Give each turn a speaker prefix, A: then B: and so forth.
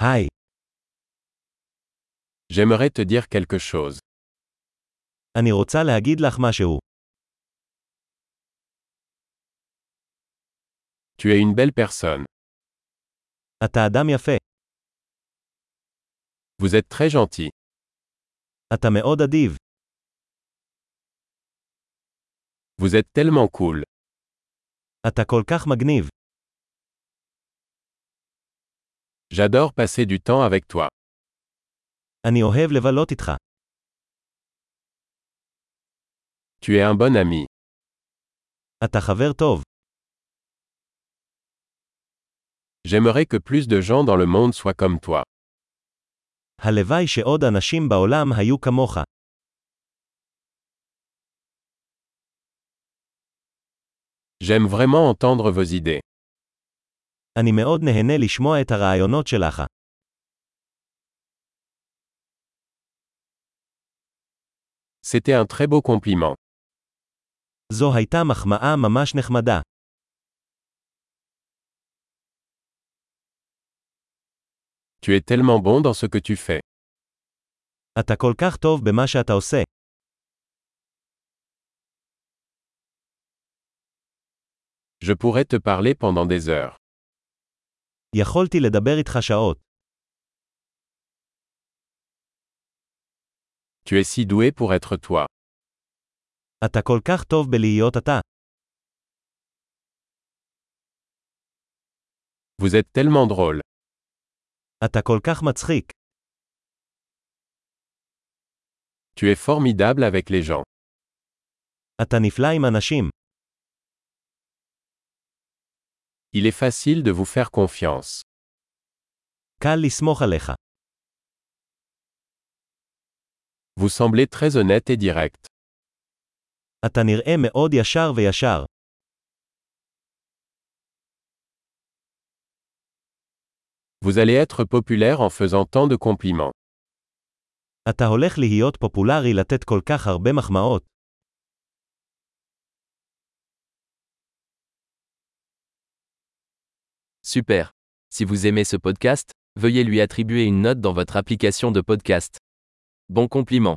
A: Hi,
B: J'aimerais te dire quelque chose.
A: אני רוצה להגיד לך משהו.
B: Tu es une belle personne.
A: אתה אדם יפה,
B: Vous êtes très gentil.
A: אתה מאוד אדיב,
B: Vous êtes tellement cool.
A: אתה כל כך מגניב,
B: J'adore passer du temps avec toi.
A: אני אוהב לבלות איתך,
B: Tu es un bon ami.
A: אתה חבר טוב,
B: J'aimerais que plus de gens dans le monde soient comme toi.
A: הלוואי שעוד אנשים בעולם היו כמוך,
B: J'aime vraiment entendre vos idées.
A: אני מאוד נהנה לשמוע את הרעיונות שלך,
B: C'était un très beau compliment.
A: זו הייתה מחמאה ממש נחמדה,
B: Tu es tellement bon dans ce que tu fais.
A: אתה כל כך טוב במה שאתה עושה,
B: Je pourrais te parler pendant des heures.
A: יכולתי לדבר איתך שעות,
B: Tu es si doué pour être toi.
A: אתה כל כך טוב בלהיות אתה,
B: Vous êtes tellement drôle.
A: אתה כל כך מצחיק,
B: Tu es formidable avec les gens.
A: אתה נפלא עם אנשים,
B: Il est facile de vous faire confiance.
A: קל לסמוך עליך,
B: Vous semblez très honnête et direct.
A: אתה נראה מאוד ישר וישר,
B: Vous allez être populaire en faisant tant de compliments.
A: אתה הולך להיות פופולרי לתת כל כך הרבה מחמאות.
C: Super. Si vous aimez ce podcast, veuillez lui attribuer une note dans votre application de podcast. Bon compliment.